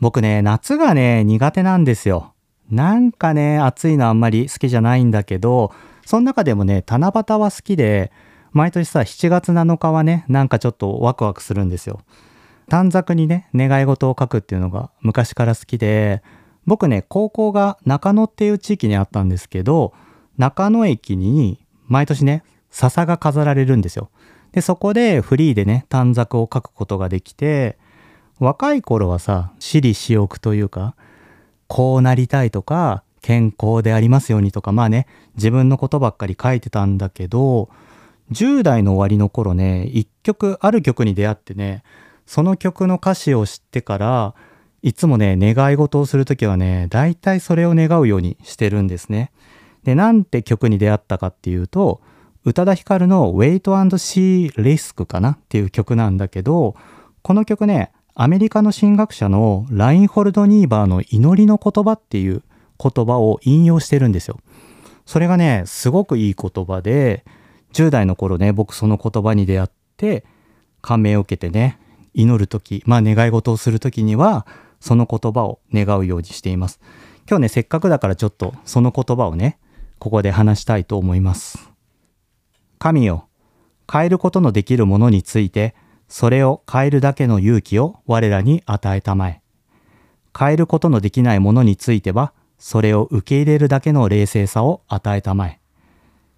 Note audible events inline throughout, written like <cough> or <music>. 僕ね、夏がね、苦手なんですよ。なんかね、暑いのあんまり好きじゃないんだけど、その中でもね、七夕は好きで、毎年さ、7月7日はね、なんかちょっとワクワクするんですよ。短冊にね、願い事を書くっていうのが昔から好きで、僕ね、高校が中野っていう地域にあったんですけど、中野駅に毎年ね、笹が飾られるんですよ。で、そこでフリーでね、短冊を書くことができて、若い頃はさ、私利私欲というか、こうなりたいとか、健康でありますようにとか、まあね、自分のことばっかり書いてたんだけど、10代の終わりの頃ね、一曲、ある曲に出会ってね、その曲の歌詞を知ってから、いつもね、願い事をするときはね、大体それを願うようにしてるんですね。で、なんて曲に出会ったかっていうと、宇多田ヒカルの Wait and See Risk かなっていう曲なんだけど、この曲ね、アメリカの神学者のラインホルド・ニーバーの祈りの言葉っていう言葉を引用してるんですよ。それがね、すごくいい言葉で、10代の頃ね、僕その言葉に出会って、感銘を受けてね、祈る時まあ願い事をする時には、その言葉を願うようにしています。今日ね、せっかくだからちょっとその言葉をね、ここで話したいと思います。神よ、変えることのできるものについて、それを変えるだけの勇気を我らに与えたまえ。変えることのできないものについては、それを受け入れるだけの冷静さを与えたまえ。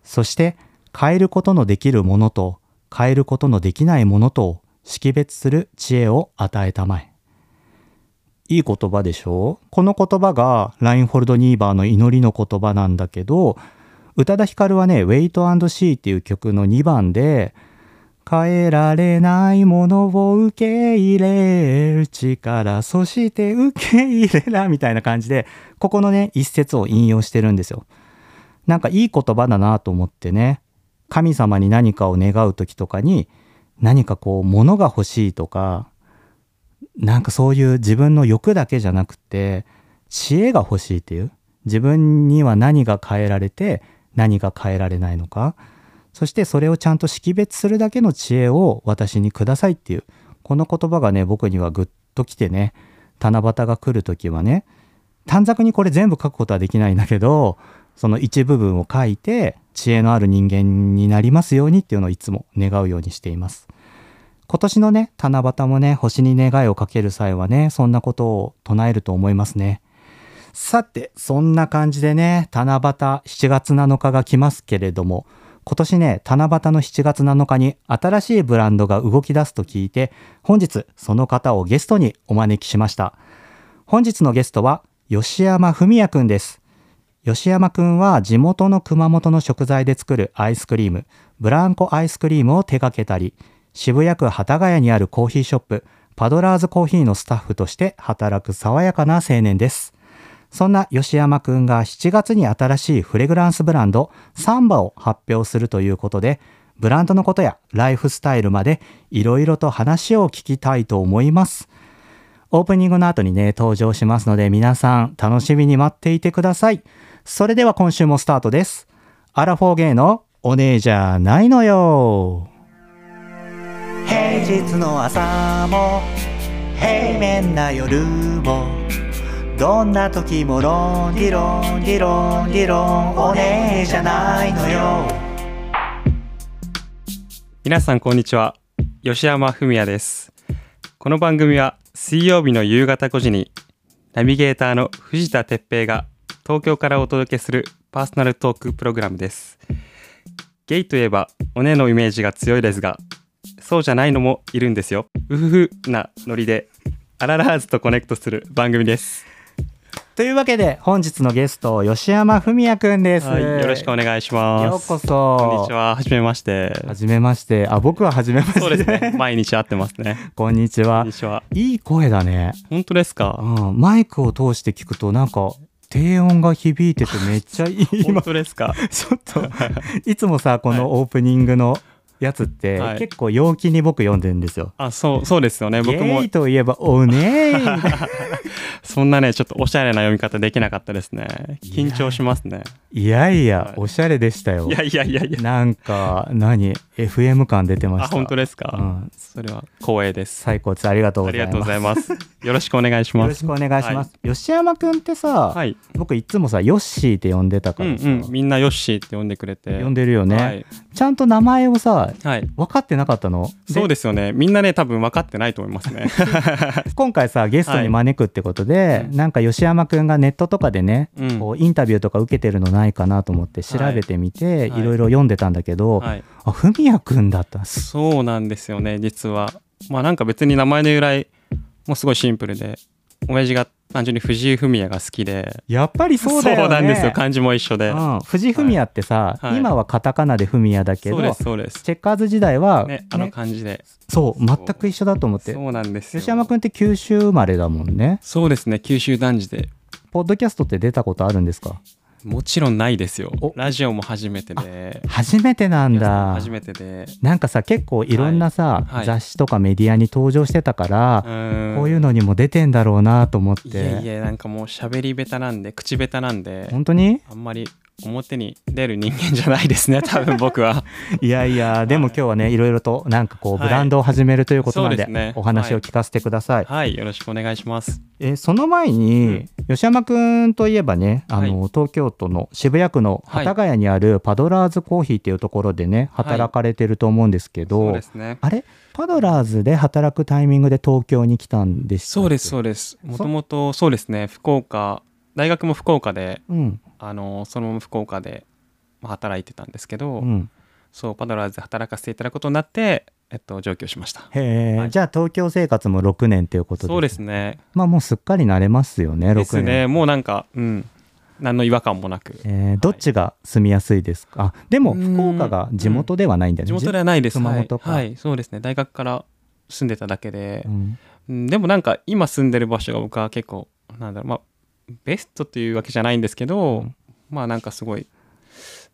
そして、変えることのできるものと、変えることのできないものとを識別する知恵を与えたまえ。いい言葉でしょこの言葉がラインホルド・ニーバーの祈りの言葉なんだけど、宇多田ヒカルはね、Wait and See っていう曲の2番で、変えられないものを受け入れる力、そして受け入れら、みたいな感じで、ここのね、一節を引用してるんですよ。なんかいい言葉だなと思ってね、神様に何かを願う時とかに、何かこう、物が欲しいとか、なんかそういう自分の欲だけじゃなくて知恵が欲しいっていう自分には何が変えられて何が変えられないのかそしてそれをちゃんと識別するだけの知恵を私にくださいっていうこの言葉がね僕にはグッときてね七夕が来る時はね短冊にこれ全部書くことはできないんだけどその一部分を書いて知恵のある人間になりますようにっていうのをいつも願うようにしています。今年のね、七夕もね、星に願いをかける際はね、そんなことを唱えると思いますね。さて、そんな感じでね、七夕7月7日が来ますけれども、今年ね、七夕の7月7日に新しいブランドが動き出すと聞いて、本日その方をゲストにお招きしました。本日のゲストは、吉山文也くんです。吉山くんは地元の熊本の食材で作るアイスクリーム、ブランコアイスクリームを手掛けたり、渋谷区幡ヶ谷にあるコーヒーショップ、パドラーズコーヒーのスタッフとして働く爽やかな青年です。そんな吉山くんが7月に新しいフレグランスブランド、サンバを発表するということで、ブランドのことやライフスタイルまでいろいろと話を聞きたいと思います。オープニングの後にね、登場しますので、皆さん楽しみに待っていてください。それでは今週もスタートです。アラフォーゲイのお姉じゃないのよ。平日の朝も、平面な夜も、どんな時もロンディロンディロンディロンお姉じゃないのよ。皆さんこんにちは吉山文也ですこの番組は水曜日の夕方5時にナビゲーターの藤田哲平が東京からお届けするパーソナルトークプログラムですゲイといえばおねのイメージが強いですがそうじゃないのもいるんですようふふなノリでアララーズとコネクトする番組です、というわけで本日のゲスト、吉山文也くんです。はい、よろしくお願いしますようこそ。こんにちははじめましてはじめまして。あ、僕ははじめまして。そうですね毎日会ってますねこんにちこはんに。ちはいい声だね。本当ですかうん、マイクを通して聞くとなんか低音が響いて <laughs> てめっちゃいい今本当ですかちょっといつもさこのオープニングのやつって、はい結構陽気に僕読んでるんですよ。あ、そう、そうですよね。僕もゲイといえばおねえみたいなそんなね、ちょっとおしゃれな読み方できなかったですね。緊張しますね。いやいはいや、おしゃれでしたよい。やいやいやいや。なんか、何 ?FM 感出てまあ、した。本当ですか、うんそれは光栄です。最高です。ありがとうあごりざいがます。とうございます。よろしくお願いしよまろすしく。お願いします。吉山くんってさ、はい。僕いつもさ、ヨッシーって呼んでたうかんらさ、うん。みんなヨッシーって呼んでくれて。呼んでるよね、はい。ちゃんと名前をさ、はい。分かってなかったのそうでですよね。みんなね、多分分かってないと思 <laughs> いますね。今回さゲストに招くってことで、いうんなんか吉山くんがネットとかでね、うんこうインタビューとか受けてるのないかなと思って調べてみて、いいろいろ読んでたんだけど、はい。あふみやくんだったすそうなんですよね、実は。まあなんか別に名前の由来もすごいシンプルで、親父が単純に藤井フミヤが好きで、やっぱりそうだよねなんですよ、漢字も一緒で。うん、藤井フミヤってさ、はい今はカタカナでフミヤだけそどうです、そうです。チェッカーズ時代は、ねね、あの感じで。そう全く一緒だと思ってそうなんですよ。吉山くんって九州生まれだもんねそうですね、九州男児で。ポッドキャストって出たことあるんですかもちろんないですよお。ラジオも初めてで。初めてなんだ初めてで。なんかさ結構いろんなさ、はいはい雑誌とかメディアに登場してたから、ここういうのにも出てんだろうなと思っていやいや、なんかもう喋り下手なんで、口下手なんで、本当にあんまり表に出る人間じゃないです <laughs> ね、多分僕は。いやいやでも今日はねいろいろとなんかこうはブいランドを始めるということなんで,、そうですねお話を聞かせてください、はい、よろしくお願いします。えーその前に、吉山くんといえばねあの、東京都の渋谷区の幡ヶ谷にあるパドラーズコーヒーっていうところでねはい働かれてると思うんですけど、そうですね。あれパドラーズで働くタイミングで東京に来たんでしたっけそうです、そうです。もともと、そうですね、福岡、大学も福岡で、うんあの、そのまま福岡でまあ働いてたんですけど、うんそう、パドラーズで働かせていただくことになって、えっと、上京しました。へえ、はいじゃあ東京生活も6年ということでそうですね。まあもうすっかり慣れますよね6年ですね。もうなんか、うん、何の違和感もなく。えーどっちが住みやすいですか、あでもうーん福岡が地元ではないんだよね地元ではないです。熊本かはい、はい、そうですね。大学から住んでただけでう、んうん、でもなんか今住んでる場所が僕は結構なんだろうまあベストというわけじゃないんですけど、うんまあなんかすごい、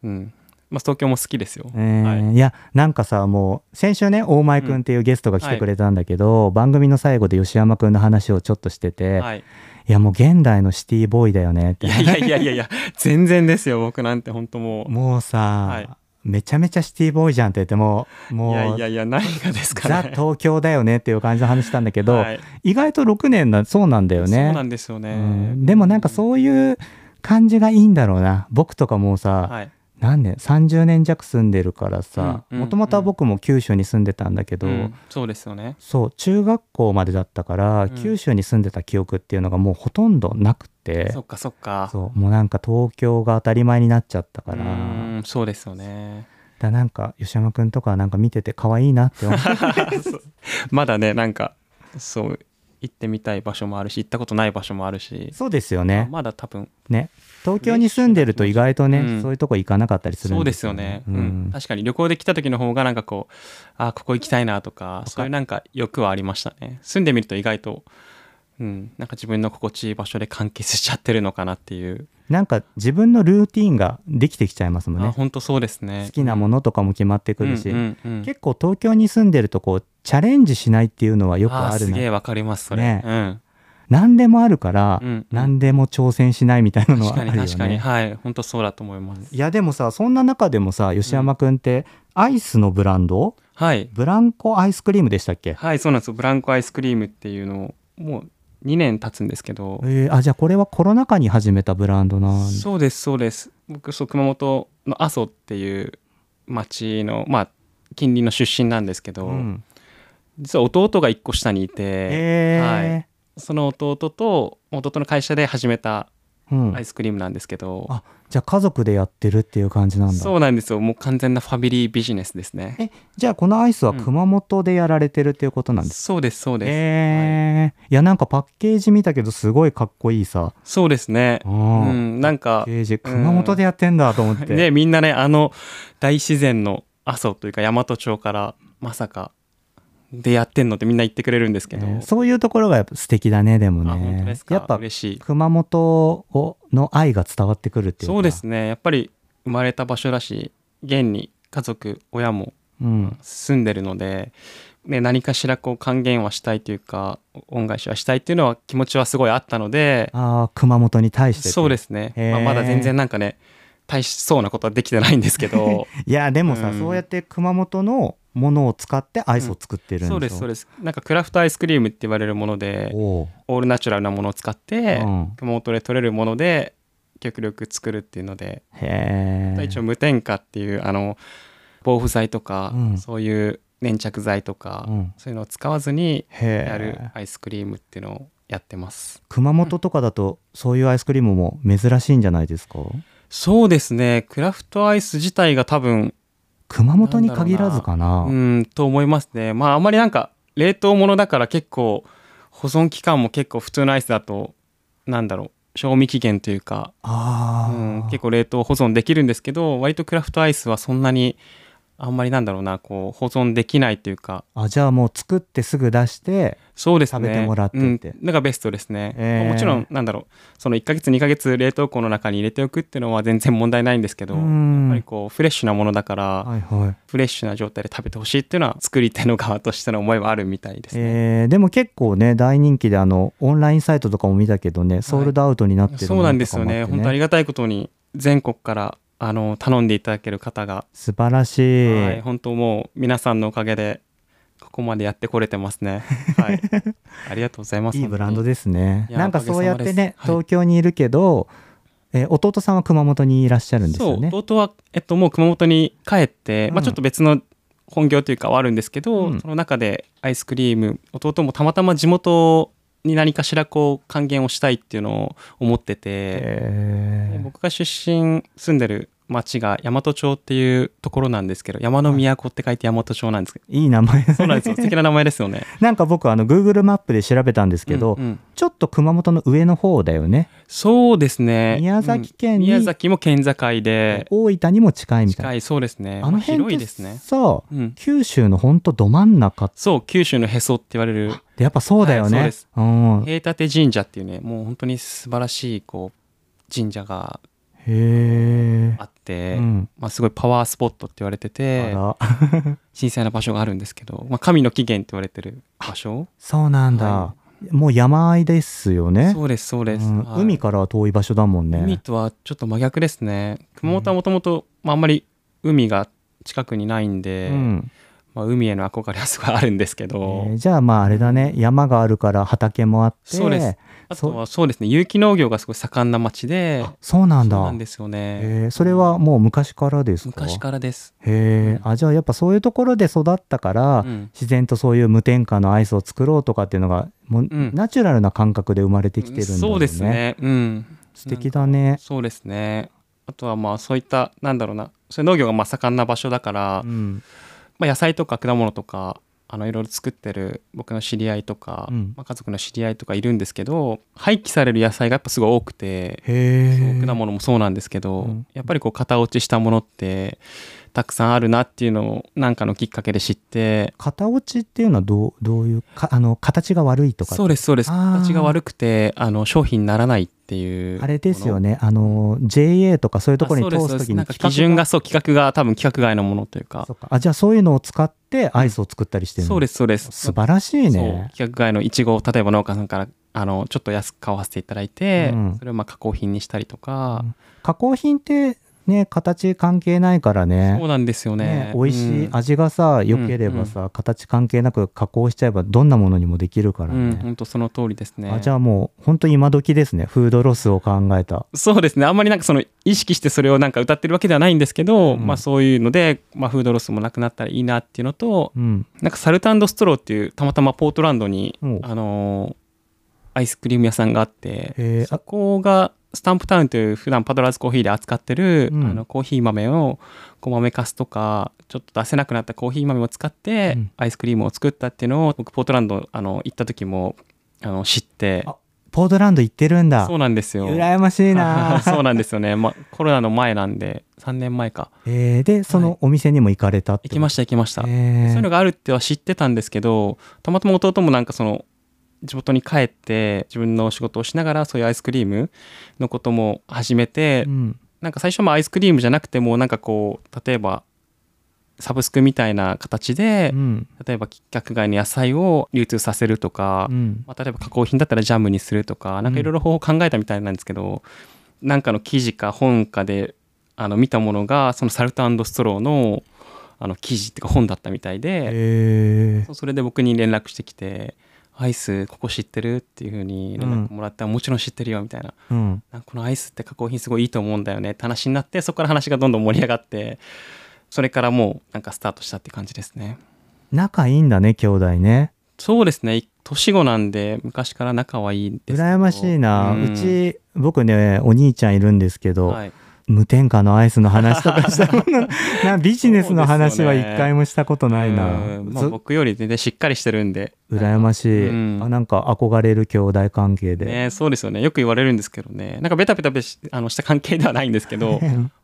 うん、まあ東京も好きですよ。えーはいい、やなんかさもう先週ね大前くんっていうゲストが来てくれたんだけど、番組の最後で吉山くんの話をちょっとしてて、い、はい、やもう現代のシティボーイだよねっいてやいやいやいやいや全然ですよ僕なんて本当もうもうさ、はいめちゃめちゃシティボーイじゃんって言ってもうもういやいやいや何がですかザね。東京だよねっていう感じの話したんだけど、はい意外と6年なそうなんだよね。そうなんですよね。うんでもなんかそういう感じがいいんだろうな僕とかもうさ、はい何年30年弱住んでるからさうんうんもともとは僕も九州に住んでたんだけど、うんそうですよね。そう中学校までだったから、ん九州に住んでた記憶っていうのがもうほとんどなくてそっかそっか。そうもうなんか東京が当たり前になっちゃったからうだかんそうですよね。らなんか吉山くんとかなんか見てて可愛いなって思って <laughs> そうまだねなんかそう行ってみたい場所もあるし行ったことない場所もあるし、そうですよねまあまだ多分ね東京に住んでると意外とね、うんそういうとこ行かなかったりするそんうですよね、うんうん確かに旅行で来た時の方がなんかこうあここ行きたいなとかそういうなんか欲はありましたね住んでみると意外と、うん、なんか自分の心地いい場所で完結しちゃってるのかなっていう、なんか自分のルーティンができてきちゃいますもんあね本当そうですね好きなものとかも決まってくるし、うんうんうん結構東京に住んでるとこうチャレンジしないっていうのはよくあーるすげなえわかりますそれ、ねうん何でもあるから、うんうん何でも挑戦しないみたいなの確はあかるによね確かに、はい本当そうだと思いますいやでもさそんな中でもさ吉山くんってアイスのブランドはいブランコアイスクリームでしたっけ、はいそうなんですよブランコアイスクリームっていうのをもう2年経つんですけどえーあじゃあこれはコロナ禍に始めたブランドなんだそうですそうです僕そう熊本の阿蘇っていう町のまあ近隣の出身なんですけど、うん実は弟が1個下にいて、えーはいその弟と弟の会社で始めたうんアイスクリームなんですけど、あじゃあ家族でやってるっていう感じなんだそうなんですよもう完全なファミリービジネスですねえじゃあこのアイスはうん熊本でやられてるっていうことなんですか、そうですそうです、えーい、やなんかパッケージ見たけどすごいかっこいいさそうですねううんんなんパッかケージ熊本でやってんだと思って、ねみんなねあの大自然の阿蘇というか大和町からまさかでやってんのってみんな言ってくれるんですけど、ねそういうところがやっぱ素敵だねでもあ本当ねですかやっぱ嬉しい熊本をの愛が伝わってくるっていうかそうですねやっぱり生まれた場所だし現に家族親もうん、住んでるので、ね、何かしらこう還元はしたいというか恩返しはしたいっていうのは気持ちはすごいあったのでああ熊本に対してそうですすね、へーまあ、まだ全然なんかね大しそうなことはできてないんです <laughs> けどいやでもさ、うんそうやって熊本のものを使ってアイスを作ってるんでしょ、そうですそうでですなんかクラフトアイスクリームって言われるものでおうオールナチュラルなものを使って、うん熊本で取れるもので極力作るっていうので、へえ一応無添加っていうあの防腐剤とか、うんそういう粘着剤とか、うんそういうのを使わずにへやるえアイスクリームっていうのをやってます。熊本とかだとそういうアイスクリームも珍しいんじゃないですかそうですねクラフトアイス自体が多分熊本に限らずかなうんと思いますねまああんまりなんか冷凍ものだから結構保存期間も結構普通のアイスだとなんだろう賞味期限というか、あうあ、ん、結構冷凍保存できるんですけど割とクラフトアイスはそんなにあんまりなんだろうなこう保存できないというかあじゃあもう作ってすぐ出してそうですね食べてもらってってうん、のがベストですね、えーもちろんなんだろうその1ヶ月2ヶ月冷凍庫の中に入れておくっていうのは全然問題ないんですけど、うんやっぱりこうフレッシュなものだから、はいはいフレッシュな状態で食べてほしいっていうのは作り手の側としての思いはあるみたいですね。えーでも結構ね大人気であのオンラインサイトとかも見たけどねソールドアウトになってるそうなんですよねものとか本もあ当っあてりがたいことに全国からあの頼んでいただける方が、素晴らしい、はい、本当もう皆さんのおかげでここまでやってこれてますね。 <laughs> はい、ありがとうございます。いいブランドでですねいやなんかおかげそうやっさまでてすね、はい東京にいるけど、えー弟さんは熊本にいらっしゃるんですよねそう弟は、えっと、もう熊本に帰って、まうあ、んちょっと別の本業というかはあるんですけど、うんその中でアイスクリーム弟もたまたま地元に何かしらこう還元をしたいっていうのを思ってて、えでー僕が出身住んでる町が大和町っていうところなんですけど山の都って書いて大和町なんです <laughs> けど、いい名前 <laughs> そうなんですよ素敵な名前ですよね。なんか僕あの Google マップで調べたんですけど、うんうんちょっと熊本の上の方だよねそうですね宮崎県にうん宮崎も県境で大分にも近いみたいな近いそうですねあの辺広いっでてすね。さ、うん九州のほんとど真ん中っそう九州のへそって言われるてやっぱそうだよね、はいそうですうん、へ平立神社っていうねもう本当に素晴らしいこう神社がえあって、うんまあ、すごいパワースポットって言われてあてら神聖な場所があるんですけど、まあ、神の起源って言われてる場所そうなんだ、はもう山あいですよねそうですそうです、うんはい海からは遠い場所だもんね海とはちょっと真逆ですね熊本はもともとあんまり海が近くにないんで、うんまあ、海への憧れはすごいあるんですけえど、ーじゃあまああれだね山があるから畑もあってそうですあとはそうですね有機農業がすごい盛んな町でそうなんだそうなんですよね、えーそれはもう昔からですか昔からです、へえあじゃあやっぱそういうところで育ったから、うん自然とそういう無添加のアイスを作ろうとかっていうのがもう、んナチュラルな感覚で生まれてきてるんだろうねそうですねうん素敵だねそうですねあとはまあそういったなんだろうなそういう農業がまあ盛んな場所だから、うんまあ、野菜とか果物とかあのいろいろ作ってる僕の知り合いとか、うんまあ、家族の知り合いとかいるんですけど廃棄される野菜がやっぱすごい多くて、へそうえ果物もそうなんですけど、うんやっぱりこう型落ちしたものってたくさんあるなっていうのをなんかのきっかけで知って型落ちっていうのはどうどういうかあの形が悪いとかそうですそうですあー形が悪くてあの商品にならないっていうあれですよねねあの JA とかそういうところにあそ通うですそうですときなにんか基準がそう規格が多分規格外のものというあかそうかあじゃあそういうのを使ってアイスを作ったりしてるのそうですそうです素晴らしいそうね規格外のいちごを例えば農家さんからあのちょっと安く買わせていただいて、うんそれをまあ加工品にしたりとか、加工品ってね形関係ないからねそうなんですよね美味しいうん味がさ、良ければさ、形関係なく加工しちゃえばどんなものにもできるからうんね、本当その通りですねあじゃあもう本当今時ですねフードロスを考えたそうですねあんまりなんかその意識してそれをなんか歌ってるわけではないんですけど、うんまあ、そういうので、まあ、フードロスもなくなったらいいなっていうのとうんなんかサルタンドストローっていうたまたまポートランドに、おあのーアイスクリーム屋さんがあってへーそこがスタンプタウンという普段パドラーズコーヒーで扱ってる、うんあのコーヒー豆をこう豆かすとかちょっと出せなくなったコーヒー豆を使って、うんアイスクリームを作ったっていうのを僕ポートランドあの行った時もあの知ってあポートランド行ってるんだそうなんですよ。羨ましいな <laughs> そうなんですよね、まあ、コロナの前なんで3年前かえーでそのお店にも行かれたって行きました行きました、えーそういうのがあるっては知ってたんですけどたまたま弟もなんかその地元に帰って自分の仕事をしながらそういうアイスクリームのことも始めて、うんなんか最初もアイスクリームじゃなくてもなんかこう例えばサブスクみたいな形で、うん例えば規格外の野菜を流通させるとか、うんまあ、例えば加工品だったらジャムにするとかなんかいろいろ方法考えたみたいなんですけど、なんかの記事か本かであの見たものがそのサルトストローのあの記事っていうか本だったみたいで、へえそれで僕に連絡してきて「アイスここ知ってる?」っていうふうに連絡もらって、もちろん知ってるよみたいなうんなんかこのアイスって加工品すごいいいと思うんだよねって話になってそこから話がどんどん盛り上がってそれからもうなんかスタートしたって感じですね仲いいんだね兄弟ねそうですね年子なんで昔から仲はいいですけど羨ましいな、うんち僕ねお兄ちゃんいるんですけど、はい、無添加のアイスの話とかしたもん <laughs> ななビジネスの話はそうですよね一回もしたことないな、うんまあ、ず僕より全然しっかりしてるんで羨ましい、うんあなんか憧れる兄弟関係で、ね、そうですよねよく言われるんですけどねなんかベタベタベタしあのした関係ではないんです <laughs> けど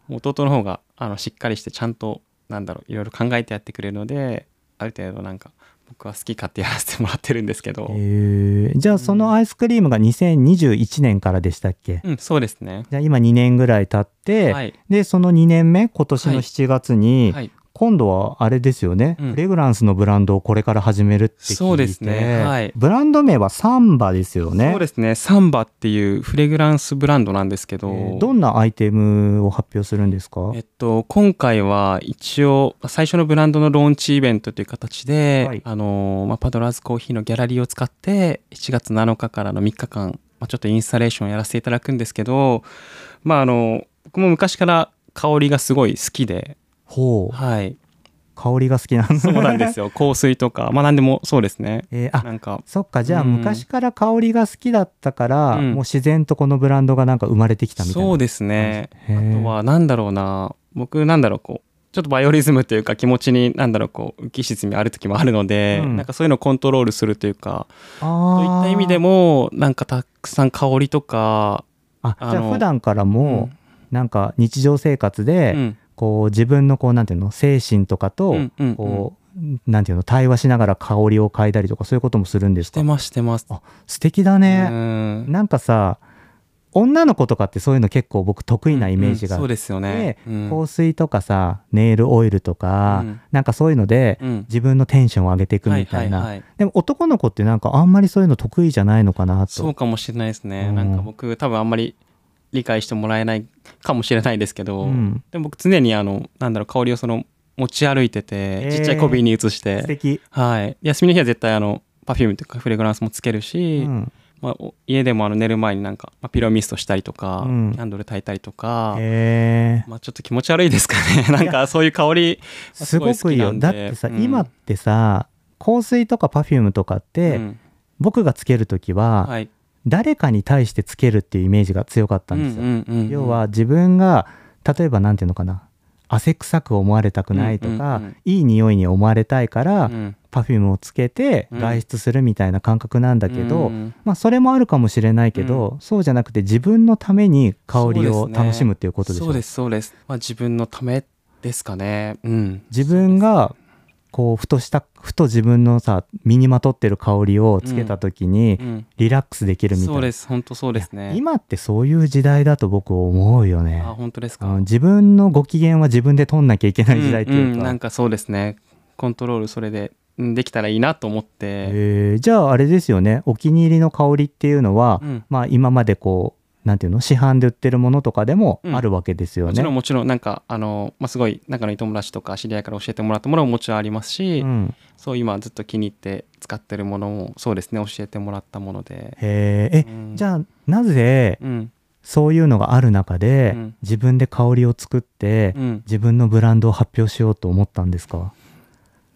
弟の方があのしっかりしてちゃんとなんだろういろいろ考えてやってくれるのである程度なんか僕は好き勝手やらせてもらってるんですけど、えーじゃあそのアイスクリームが2021年からでしたっけ、うんそうですねじゃあ今2年ぐらい経って、はいでその2年目今年のはい7月に、はい、今度はあれですよね、うんフレグランスのブランドをこれから始めるって聞いてそうですねはいブランド名はサンバですよねそうですねサンバっていうフレグランスブランドなんですけど、えーどんなアイテムを発表するんですか、えっと、今回は一応最初のブランドのローンチイベントという形で、はいあのまあ、パドラーズコーヒーのギャラリーを使って7月7日からの3日間、まあ、ちょっとインスタレーションをやらせていただくんですけど、まあ、あの僕も昔から香りがすごい好きで、ほうはい、香りが好きなんそうなんですよ、よ香水とか、まあ、何でもそうですね。 <laughs> えーあなんかそっかじゃあうん昔から香りが好きだったから、うんもう自然とこのブランドがなんか生まれてきたみたいなそうですねへーあとはなんだろうな僕なんだろうこうちょっとバイオリズムというか気持ちになんだろうこう浮き沈みある時もあるので、うんなんかそういうのをコントロールするというかあといーった意味でもなんかたくさん香りとかああのじゃあ普段からもなんか日常生活で、うんこう自分のこうなんていうの精神とかとうんうんうんこう、なんていうの対話しながら香りを嗅いだりとかそういうこともするんでしすかてますしてます。あ素敵だうね、んなんかさ女の子とかってそういうの結構僕得意なイメージがあうんっそうて、ですよね。うん香水とかさネイルオイルとか、うんなんかそういうのでうん自分のテンションを上げていくみたいな、はははでも男の子ってなんかあんまりそういうの得意じゃないのかなとそうかもしれないですね。うんなんか僕多分あんまり理解してもらえないかもしれないですけど、うんでも僕常にあのなんだろう香りをその持ち歩いてて、えーちっちゃい小瓶に移して素敵、はい。休みの日は絶対あの、パフュームとかフレグランスもつけるうし、ん、まあ、お家でもあの寝る前になんか、まあ、ピローミストしたりとか、うんキャンドル焚いたりとか、へえまあ、ちょっと気持ち悪いですかね。 <laughs> なんかそういう香り、すごくいいよすごい好きなんでだってさ、うん今ってさ香水とかパフュームとかって、うん僕がつける時は、はい。誰かに対してつけるっていうイメージが強かったんですよ、うんうんうんうん要は、自分が例えばなんていうのかな汗臭く思われたくないとか、うんうんうんいい匂いに思われたいから、うんパフュームをつけてうん外出するみたいな感覚なんだけど、うんまあ、それもあるかもしれないけど、そうじゃなくて自分のために香りを楽しむっていうことでしょそうです、そうです。まあ、自分のためですかね。うん。自分がこうふとしたふと自分のさ身にまとってる香りをつけた時にうんリラックスできるみたいそうな、です、本当そうですね。今ってそういう時代だと僕思うよねあ、本当ですうか。ん自分のご機嫌は自分で取んなきゃいけない時代っていうか,、んんなんかそうですね。コントロールそれで、うんできたらいいなと思って。えーじゃああれですよねお気に入りの香りっていうのは、うんまあ今までこうなんていうの市販で売ってるものとかでもうんあるわけですよもちね、ろんもちろんなんかあの、まあ、すごい仲のいい友達とか知り合いから教えてもらったものももちろんありますし、うんそう今ずっと気に入って使ってるものもそうですね教えてもらったもので、へーえうんじゃあなぜうんそういうのがある中で、うん自分で香りを作って、うん、自分のブランドを発表しようと思ったんですか、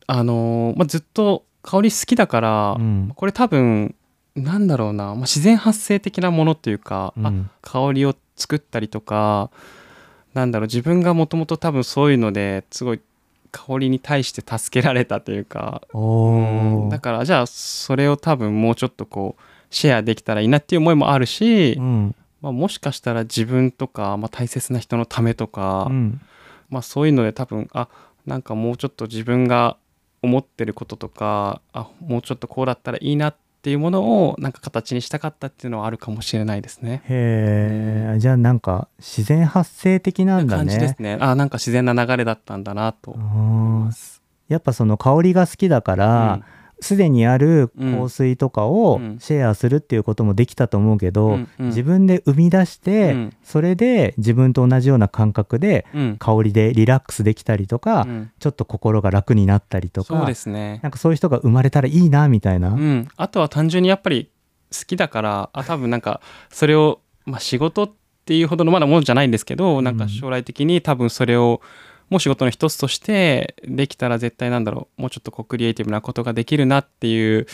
あの、まあ、ずっと香り好きだから、うんこれ多分なんだろうな、まあ、自然発生的なものっていうか、うあん香りを作ったりとかなんだろう自分がもともと多分そういうのですごい香りに対して助けられたというかおうんーだからじゃあそれを多分もうちょっとこうシェアできたらいいなっていう思いもあるし、うんまあ、もしかしたら自分とか、まあ、大切な人のためとか、うんまあ、そういうので多分あなんかもうちょっと自分が思ってることとかあもうちょっとこうだったらいいなっていうものをなんか形にしたかったっていうのはあるかもしれないですね。へえじゃあなんか自然発生的なんだね感じですね。あなんか自然な流れだったんだなとうんます。やっぱその香りが好きだから、すでにある香水とかをうんシェアするっていうこともできたと思うけど、うんうん自分で生み出して、うんそれで自分と同じような感覚でうん、香りでリラックスできたりとか、うんちょっと心が楽になったりとそうかですね。なんかそういう人が生まれたらいいなみたいな、うん、あとは単純にやっぱり好きだからあ多分なんかそれを、まあ、仕事っていうほどのまだものじゃないんですけどなんか将来的に多分それをもう仕事の一つとしてできたら絶対なんだろうもうちょっとこうクリエイティブなことができるなっていう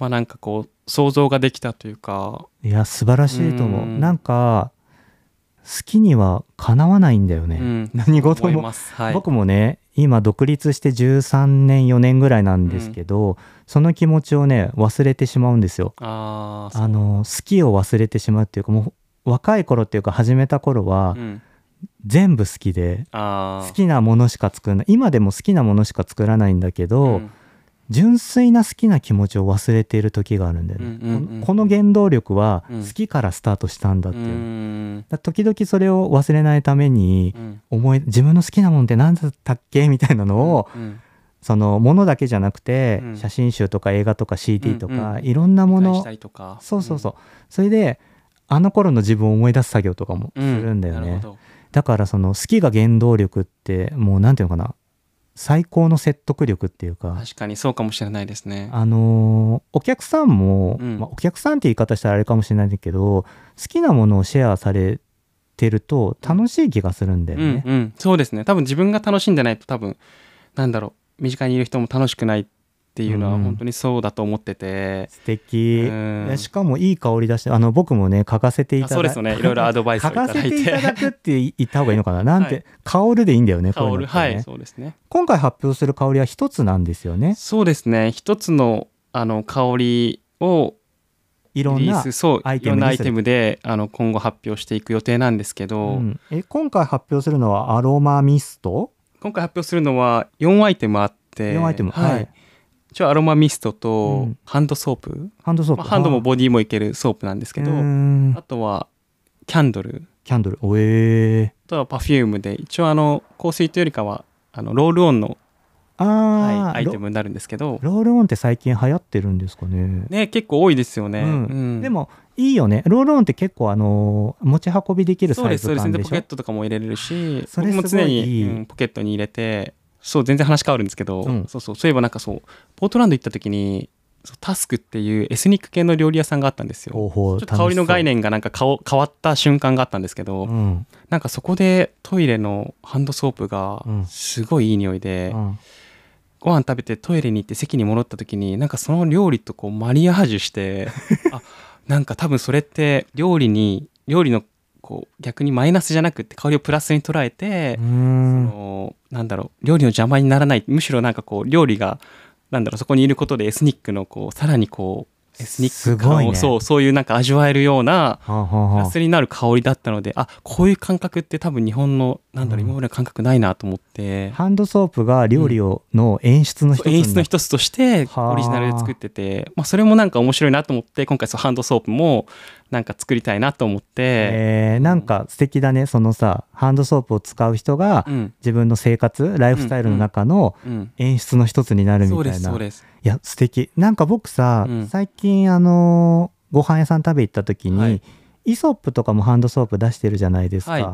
まあなんかこう想像ができたというかいや素晴らしいと思う、うんなんか好きにはかなわないんだよね、うん何事思いもます。はい、僕もね今独立して13年4年ぐらいなんですけど、その気持ちをね忘れてしまうんですよ。あーそうあの好きを忘れてしまうっていうかもう若い頃っていうか始めた頃はうん、全部好きであー好きなものしか作らない今でも好きなものしか作らないんだけど、うん純粋な好きな気持ちを忘れている時があるんだよね。うんうんうんこのこの原動力はうん好きからスタートしたんだっうていう。んだから時々それを忘れないためにうん思い自分の好きなもんって何だったっけみたいなのをうんそのものだけじゃなくて、うん写真集とか映画とか CD とうんか、うんいろんなも期待のしたりとかそうそうそう、それであの頃の自分を思い出す作業とかもすうんるんだよなね、るほどだからその好きが原動力ってもうなんていうのかな最高の説得力っていうか確かにそうかもしれないですね。あのーお客さんも、うんまあ、お客さんって言い方したらあれかもしれないんだけど好きなものをシェアされてると楽しい気がするんだよね、うんうん、そうですね多分自分が楽しんでないと多分なんだろう身近にいる人も楽しくないっていうのはうん本当にそうだと思ってて、素敵、うんいやしかもいい香り出してあの僕もね書かせていあたそうだですよねいろいろアドバイスを書いたかだせいていただてくって言った方がいいのかななんて、はい香るでいいんだよね香こういうるのってねはいそうですね今回発表する香りは一つなんですよねそうですね一つのあの香りをいろリんリなースそうアイいテムにするろんなアイテムであの今後発表していく予定なんですけうど、ん、え今回発表するのはアロマミスト、今回発表するのは4アイテムあって4アイテムはいはい一応アロマミストとうんハンドソープ、ハンドソープ、まあ、ハンドもボディもいけるソープなんですけど、うーんあとはキャンドルキャンドルおえー、あとはパフュームで一応あの香水というよりかはあのロールオンの、あはいー、アイテムになるんですけど、ロロールオンって最近流行ってるんですかねね、結構多いですよね、うんうんでもいいよねロールオンって結構あのー持ち運びできるそうサでイすそうズです感ででポしケッょトとかも入れれるしそれ僕も常すごいいに、いうんポケットに入れてそう全然話変わるんですけど、うんそうそうそういえばなんかそうポートランド行った時にそうタスクっていうエスニック系の料理屋さんがあったんですよち方ょ法っと香りの概念念がなんか顔変わった瞬間があったんですけど、うん、なんかそこでトイレのハンドソープがうんすごいいい匂いで、うんご飯食べてトイレに行って席に戻った時になんかその料理とこうマリアージュして <laughs> あなんか多分それって料理に料理のこう逆にマイナスじゃなくって香りをプラスに捉えて、うーんそのなんだろう料理の邪魔にならないむしろなんかこう料理がなんだろうそこにいることでエスニックのこうさらにこうエスニックすご感いを、ねそうそういうなんか味わえるようなはあはあプはあラスになる香りだったのであこういう感覚って多分日本のなんだろううん今までの感覚ないなと思って。ハンドソープが料理をの演出の一つ演出のつ一つとしてはあオリジナルで作ってて、まあ、それもなんか面白いなと思って今回そのハンドソープもなんか作りたいなと思って、えーなんか素敵だねそのさハンドソープを使う人がうん自分の生活ライフスタイルの中のうん、演出の一つになるみそうたでいすな、そういです、や素敵なんか僕さ、うん最近あのーご飯屋さん食べ行った時に、はいイソップとかもハンドソープ出してるじゃないですか、はい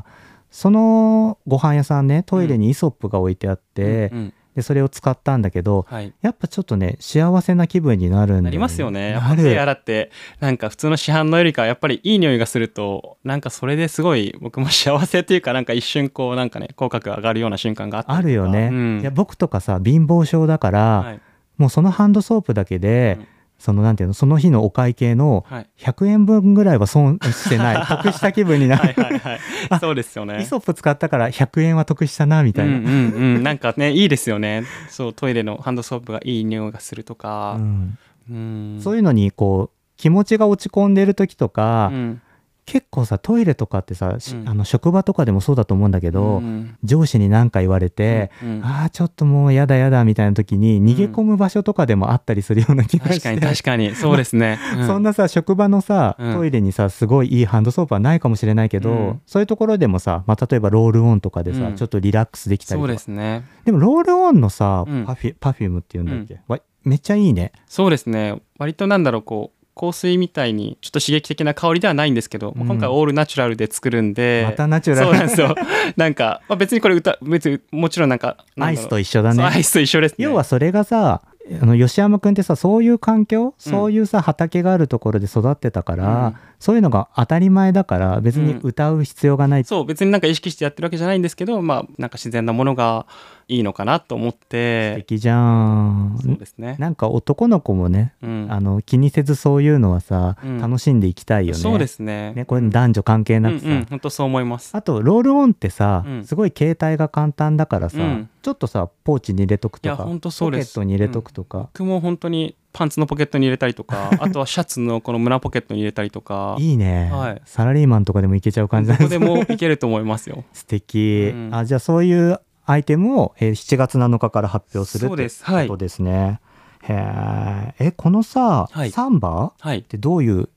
そのご飯屋さんねトイレにイソップが置いてあって、うんうんでそれを使ったんだけどはい、やっぱちょっとね幸せな気分になるんだよなりますよねやっなぱ手る洗ってなんか普通の市販のよりかはやっぱりいい匂いがするとなんかそれですごい僕も幸せっていうかなんか一瞬こうなんかね口角が上がるような瞬間があったありとかるよね、うんいや僕とかさ貧乏症だから、はいもうそのハンドソープだけで、うんそのなんていうのその日のお会計のはい、 100円分ぐらいは損してない <laughs> 得した気分になはいる、はいはい <laughs> あそうですよねイソップ使ったから100円は得したなみたいな、うんうんうん、なんかねいいです <laughs> よねそうトイレのハンドソープがいい匂いがするとか、うんうんそういうのにこう気持ちが落ち込んでる時とか、うん結構さトイレとかってさ、しうんあの職場とかでもそうだと思うんだけど、うん上司に何か言われて、うんああちょっともうやだやだみたいな時に逃げ込む場所とかでもあったりするような気がし確て、かに確かにそうですね、うんそんなさ職場のさ、うんトイレにさすごいいいハンドソープはないかもしれないけど、うんそういうところでもさ、まあ、例えばロールオンとかでさ、うんちょっとリラックスできたりそとうかですねでもロールオンのさ、うんパフィパフュームっていうんだっけ、わめっちゃいいねそうですね割となんだろうこう香水みたいにちょっと刺激的な香りではないんですけど、まあうん今回オールナチュラルで作るんで、またナチュラ <laughs> そうなんルですよなんか、まあ、別にこれ歌別にもちろんなんかなアんイだスろうと一緒だそうねアイスと一緒ですね要はそれがさあの吉山君ってさそういう環境そういうさ、畑があるところで育ってたから、うんそういうのが当たり前だから別に歌う必要がない、そう別になんか意識してやってるわけじゃないんですけどまあなんか自然なものがいいのかなと思っ素て敵じゃんそうですねなんか男の子もね、うんあの気にせずそういうのはさ、うん楽しんでいきたいよねそうですねねこれ男女関係うんなうくさ、ん本当そう思いますあとロールオンってさ、うんすごい携帯が簡単だからさ、うんちょっとさポーチに入れとくといやかほんとそうでポケッすトに入れとくとか、僕も本当にパンツのポケットに入れたり <laughs> とかあとはシャツのこの胸ポケットに入れたりとかいいね、はいサラリーマンとかでもいけちゃう感じどなんこですでもいけると思いますよ素敵、うんあじゃあそういうアイテムを、えー7月7日から発表するそうですとはいいうことですね。へーえこのさ、はいサンバっはいてどういう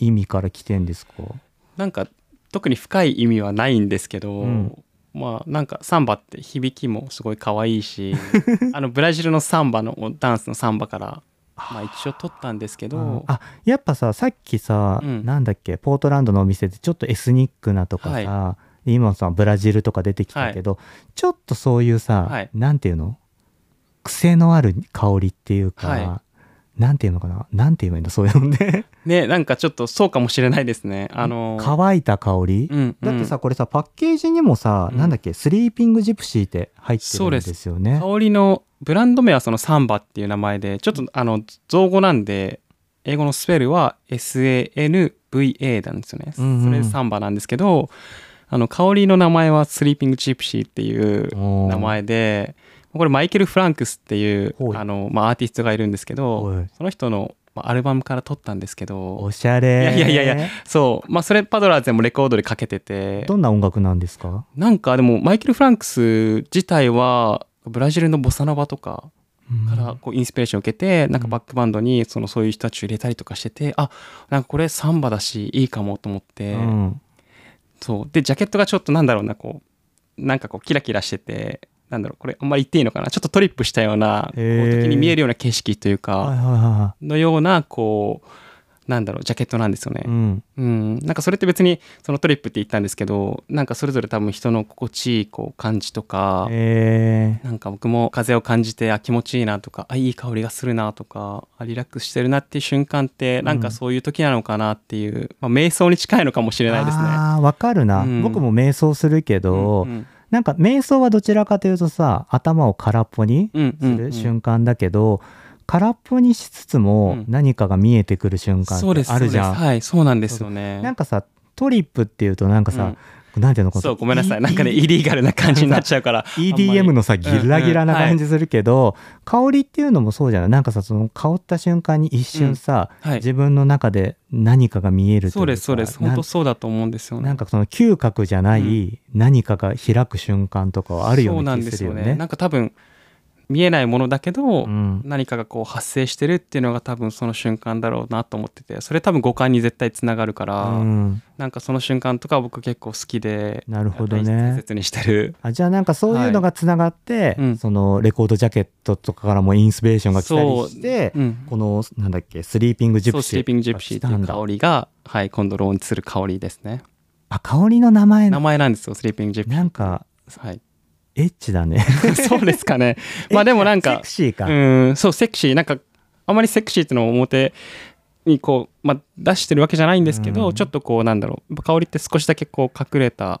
意味から来てんですかなんか特に深い意味はないんですけど、うんまあなんかサンバって響きもすごい可愛いし <laughs> あのブラジルのサンバのダンスのサンバから、まあ、一応取ったんですけうんどあやっぱささっきさ、うんなんだっけポートランドのお店でちょっとエスニックなとかさ、今さブラジルとか出てきたけど、ちょっとそういうさ、はいなんていうの癖のある香りっていうか、はなんていうのかななんて言えばいいんだそういうのね <laughs> ねなんかちょっとそうかもしれないですねあの乾いた香り、うんだってさこれさパッケージにもさ、うんなんだっけスリーピングジプシーって入ってるそんうでですすよね香りのブランド名はそのサンバっていう名前でちょっとあの造語なんで英語のスペルは SANVA なんですよね、うんうんそれでサンバなんですけどあの香りの名前はスリーピングチープシーっていうおー名前でこれマイケル・フランクスっていうほいあの、まあ、アーティストがいるんですけどおいその人のまあアルバムから撮ったんですけどおしゃれいやいやいやいそうまあそれパドラーズでもレコードでかけててどんな音楽なんですかなんかでもマイケル・フランクス自体はブラジルのボサノバとかからこうインスピレーションを受けてなんかバックバンドにそのそういう人たちを入れたりとかしててあなんかこれサンバだしいいかもと思って、うんそうでジャケットがちょっとなんだろうなこうなんかこうキラキラしててなんだろうこれあんまり言っていいのかなちょっとトリップしたようなこうへー時に見えるような景色というはいはいかはのようなこうなんだろうジャケットなんですよねい、う。んうん、なんかそれって別にそのトリップって言ったんですけどなんかそれぞれ多分人の心地いいこう感じとか、えなんか僕も風を感じてあ気持ちいいなとかあいい香りがするなとかあリラックスしてるなっていう瞬間ってなんかそういう時なのかなっていう、まあ、瞑想に近いのかもしーれないですね。あーわかるな、うん僕も瞑想するけど、うんうんなんか瞑想はどちらかというとさ頭を空っぽにうんすうんうるん瞬間だけど、空っぽにしつつうもん何かが見えてくる瞬間そうっですてあるじゃそうんです、はいそうなんですよねなんかさトリップっていうとなんかさ、なんていうのこうのんそうごめんなさいなんかねイリーガルな感じになっちゃうからあん EDM まりのさギラギラな感じするけど、香りっていうのもそうじゃないなんかさその香った瞬間に一瞬さ、はい自分の中で何かが見えるといそうですそうですかな本ん当そうだと思うんですよねなんかその嗅覚じゃない何かが開く瞬間とかはあるよそううななん気ですするよよねねな。んか多分見えないものだけど、うん何かがこう発生してるっていうのが多分その瞬間だろうなと思っててそれ多分五感に絶対つながるから、うんなんかその瞬間とか僕結構好きでなるほどねやっぱり大切にしてるあじゃあなんかそういうのがつながって、いうんそのレコードジャケットとかからもインスピレーションが来たりして、そううんこのなんだっけスリーピングジプそうシースリーピングジプシーっていう香りが、はい、今度ローンチする香りですねあ香りの名前名前なんですよスリーピングジプシなんかー、はい、 <laughs> エッチだねそうですかねまあでもな <laughs> セんかクシーか、うんそうセクシーなんかあまりセクシーっていうのを表にこう、まあ、出してるわけじゃないんですけど、うんちょっとこうなんだろう香りって少しだけこう隠れた、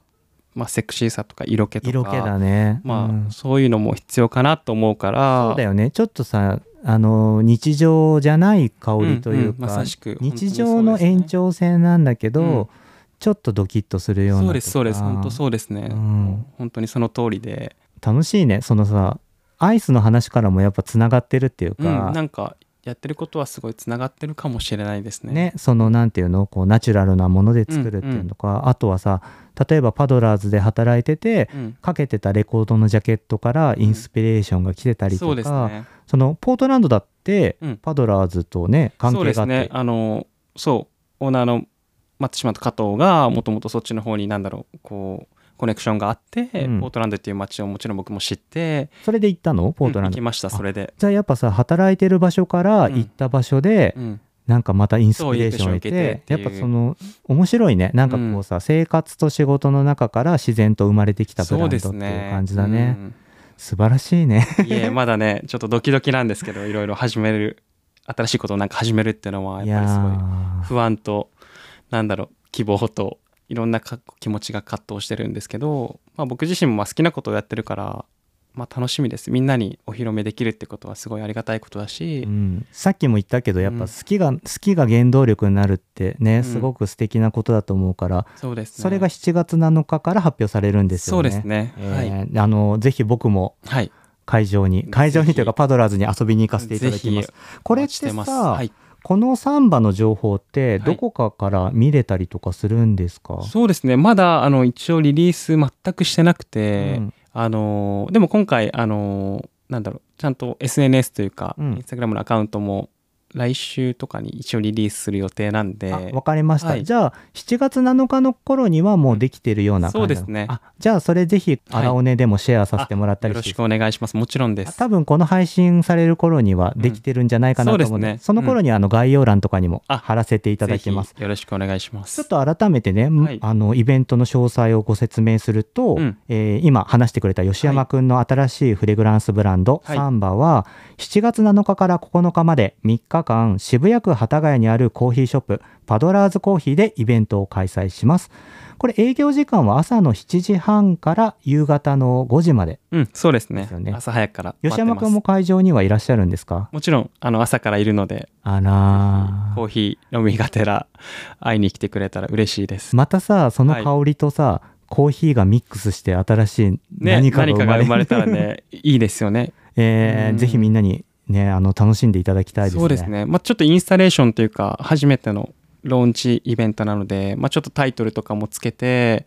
まあ、セクシーさとか色気とか色気だねまあ、うんそういうのも必要かなと思うからそうだよねちょっとさあの日常じゃない香りというか、んんまさしく日常の延長線なんだけど、うんちょっとドキッとするようなそうですそうですとか本当そうですね、うん本当にその通りで、楽しいねそのさアイスの話からもやっぱつながってるっていううん、か、なんかやってることはすごいつながってるかもしれないですね。ね、そのなんていうのこうナチュラルなもので作るっていうのとか、あとはさ例えばパドラーズで働いててうん、かけてたレコードのジャケットからインスピレーションが来てたりとか、そうですね。そのポートランドだって、うんパドラーズとね関そう係でがあすって、ね。あのそうオーナーの松島と加藤がもともとそっちの方になんだろうこうコネクションがあって、うんポートランドっていう街をもちろん僕も知ってそれで行ったのポートランうん行ド、きましたそれで、じゃあやっぱさ働いてる場所から行った場所で、うん、なんかまたインスピレーションを得そうインスピレーションをて受けてっていやっうぱその面白いねなんかこうさ、生活と仕事の中から自然と生まれてきたブランそうドでっていすうね感じだねうん素晴らしいねいえ、まだね、ちょっとドキドキなんですけど、いろいろ始める、新しいことをなんか始めるっていうのは、いやっぱりすごいや不安と、なんだろう、希望と、いろんなか気持ちが葛藤してるんですけど、まあ、僕自身もまあ好きなことをやってるから、まあ、楽しみです。みんなにお披露目できるってことはすごいありがたいことだし、ーうん、さっきも言ったけどやっうんぱ好きが、好きが原動力になるってね、んすごく素敵なことだと思うからそうですね。それが7月7日から発表されるんですそようね。ですね。はい。えーあのぜひ僕もはい。会場にひ会場にというかパドラーズに遊びに行かせていただきますぜ。これっお待ちしてますさ、はい。このサンバの情報っていどこかから見れたりとかするんですか、そうですね。まだ、あの、一応リリース全くしてなくて、うんあのーでも今回、あのーなんだろうちゃんと SNS というか、うんインスタグラムのアカウントも来週とかに一応リリースする予定なんであわかりました、はいじゃあ7月7日の頃にはもうできてるような感じなのそうですねあじゃあそれぜひはい荒尾根でもシェアさせてもらったよりろして、しくお願いしますもちろんです多分この配信される頃にはできてるんじゃないかなと思うのうんで,、そうですねその頃にはあの概要欄とかにもあ貼らせていただきますぜひよろしくお願いしますちょっと改めてね、はいあのイベントの詳細をご説明すると、うんえー今話してくれた吉山くんの新しいフレグランスブランド、はいサンバは7月7日から9日まで3日間渋谷区幡ヶ谷にあるコーヒーショップパドラーズコーヒーでイベントを開催しますこれ営業時間は朝の7時半から夕方の5時までうんそうですねですよね朝早くから待っ吉てま山すくんも会場にはいらっしゃるんですかもちろんあの朝からいるのであらーコーヒー飲みがてら会いに来てくれたら嬉しいです、またさその香りとさ、コーヒーがミックスして新しいね、何かが生まれ,、が生まれたらねいいですよねえーうんぜひみんなにねあの楽しんでいただきたいですね。そうですね、まあ、ちょっとインスタレーションというか初めてのローンチイベントなので、まあ、ちょっとタイトルとかもつけて、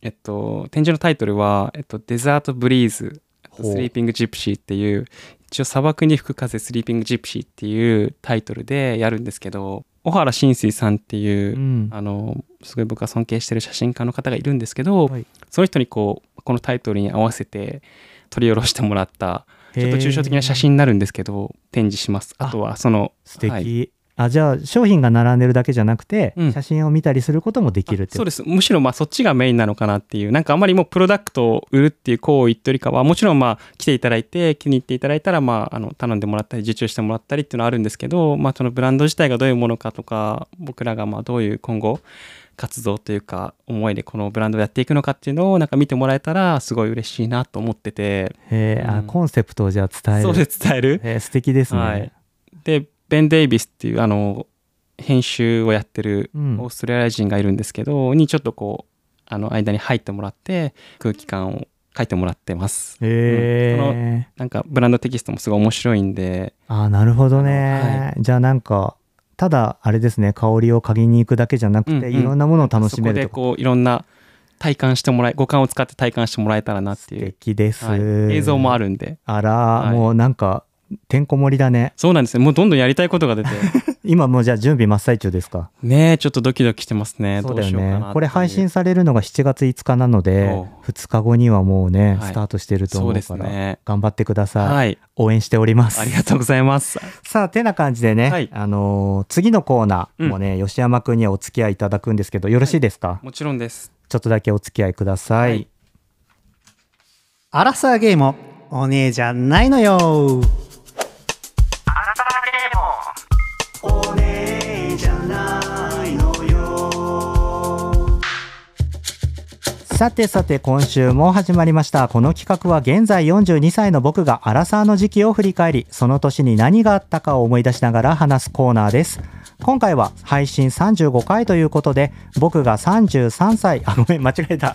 えっと、展示のタイトルは、えっと、デザートブリーズほうスリーピングジプシーっていう一応砂漠に吹く風スリーピングジプシーっていうタイトルでやるんですけど小原伸水さんっていう、うんあのすごい僕が尊敬してる写真家の方がいるんですけど、はいその人にこうこのタイトルに合わせて撮り下ろしてもらったちょっと抽象的な写真になるんですけど展示しますああとはその素敵、はいあじゃあ商品が並んでるだけじゃなくて、うん写真を見たりすることもできるってそでうですむしろまあそっちがメインなのかなっていうなんかあまりもうプロダクトを売るっていう行為というよりかはもちろんまあ来ていただいて気に入っていただいたらまああの頼んでもらったり受注してもらったりっていうのはあるんですけど、まあ、そのブランド自体がどういうものかとか僕らがまあどういう今後活動というか思いでこのブランドをやっていくのかっていうのをなんか見てもらえたらすごい嬉しいなと思っててえーあうんコンセプトをじゃあ伝えるそうです伝えるえー素敵ですね。はい、でベン・デイビスっていうあの編集をやってるうんオーストラリア人がいるんですけど、にちょっとこうあの間に入ってもらって空気感を書いてもらってますえうーんなんかブランドテキストもすごい面白いんであーなるほどね、じゃあなんかただあれですね香りを嗅ぎに行くだけじゃなくて、うんうんいろんなものを楽しめるそとこでこういろんな体感してもらい五感を使って体感してもらえたらなって素いう、敵です、はい、映像もあるんであら、いもうなんかてんこ盛りだねそうなんですねもうどんどんやりたいこと <laughs> が出て今もうじゃあ準備真っ最中ですかねえちょっとドキドキしてますねそうだどうよしようかなっていねうこれ配信されるのが7月5日なので2日後にはもうね、はいスタートしてるとそ思ううですからね頑張ってください、はい応援しておりますありがとうございますさあてな感じでね、はいあのー次のコーナーもね、吉山くんにはお付き合いいただくんですけどよろしいですか、もちろんですちょっとだけお付き合いください、はいアラサーゲイもお姉じゃないのよさてさて今週も始まりましたこの企画は現在42歳の僕がアラサーの時期を振り返りその年に何があったかを思い出しながら話すコーナーです今回は配信35回ということで僕が33歳あごめん間違え <laughs> た